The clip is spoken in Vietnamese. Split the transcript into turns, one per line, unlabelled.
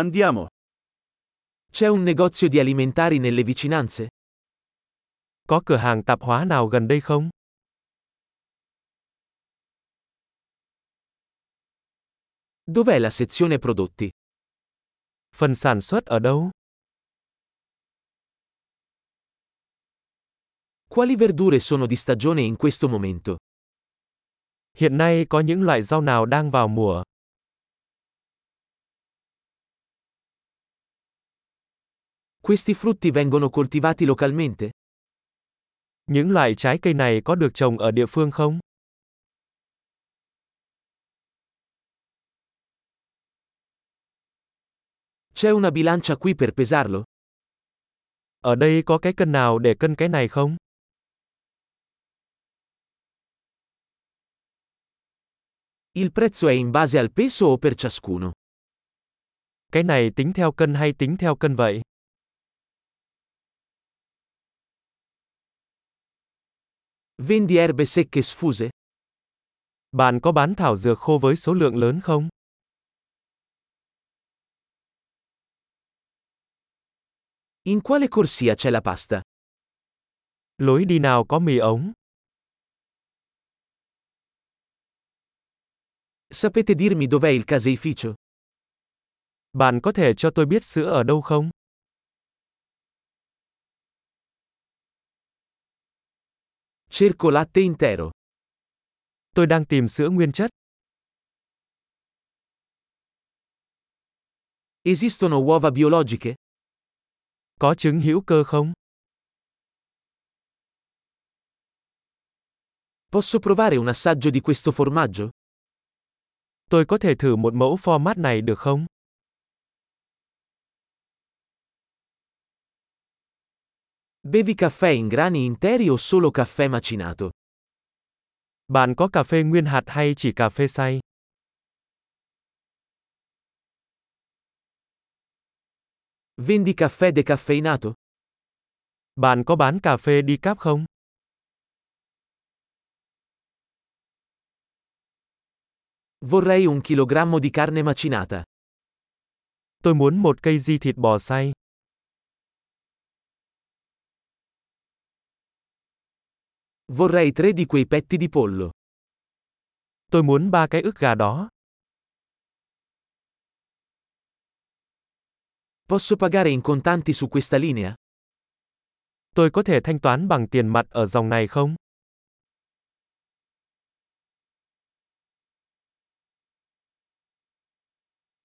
Andiamo.
C'è un negozio di alimentari nelle vicinanze?
Có cửa hàng tạp hóa nào gần đây không?
Dov'è la sezione prodotti?
Phần sản xuất ở đâu?
Quali verdure sono di stagione in questo momento?
Hiện nay có những loại rau nào đang vào mùa?
Questi frutti vengono coltivati localmente?
Những loại trái cây này có được trồng ở địa phương không?
C'è una bilancia qui per pesarlo?
Ở đây có cái cân nào để cân cái này không?
Il prezzo è in base al peso o per ciascuno?
Cái này tính theo cân hay tính theo cân vậy?
Vendi erbe secche sfuse?
Bạn có bán thảo dược khô với số lượng lớn không?
In quale corsia c'è la pasta?
Lối đi nào có mì ống?
Sapete dirmi dov'è il caseificio?
Bạn có thể cho tôi biết sữa ở đâu không?
Cerco latte intero.
Tôi đang tìm sữa nguyên chất.
Esistono uova biologiche?
Có trứng hữu cơ không?
Posso provare un assaggio di questo formaggio?
Tôi có thể thử một mẫu format này được không?
Bevi caffè in grani interi o solo caffè macinato?
Bạn có cà phê nguyên hạt hay chỉ cà phê xay?
Vendi caffè decaffeinato?
Bạn có bán cà phê đi cáp không?
Vorrei un chilogrammo di carne macinata.
Tôi muốn một cây di thịt bò xay.
Vorrei tre di quei petti di pollo.
Tôi muốn ba cái ức gà đó.
Posso pagare in contanti su questa linea?
Tôi có thể thanh toán bằng tiền mặt ở dòng này không?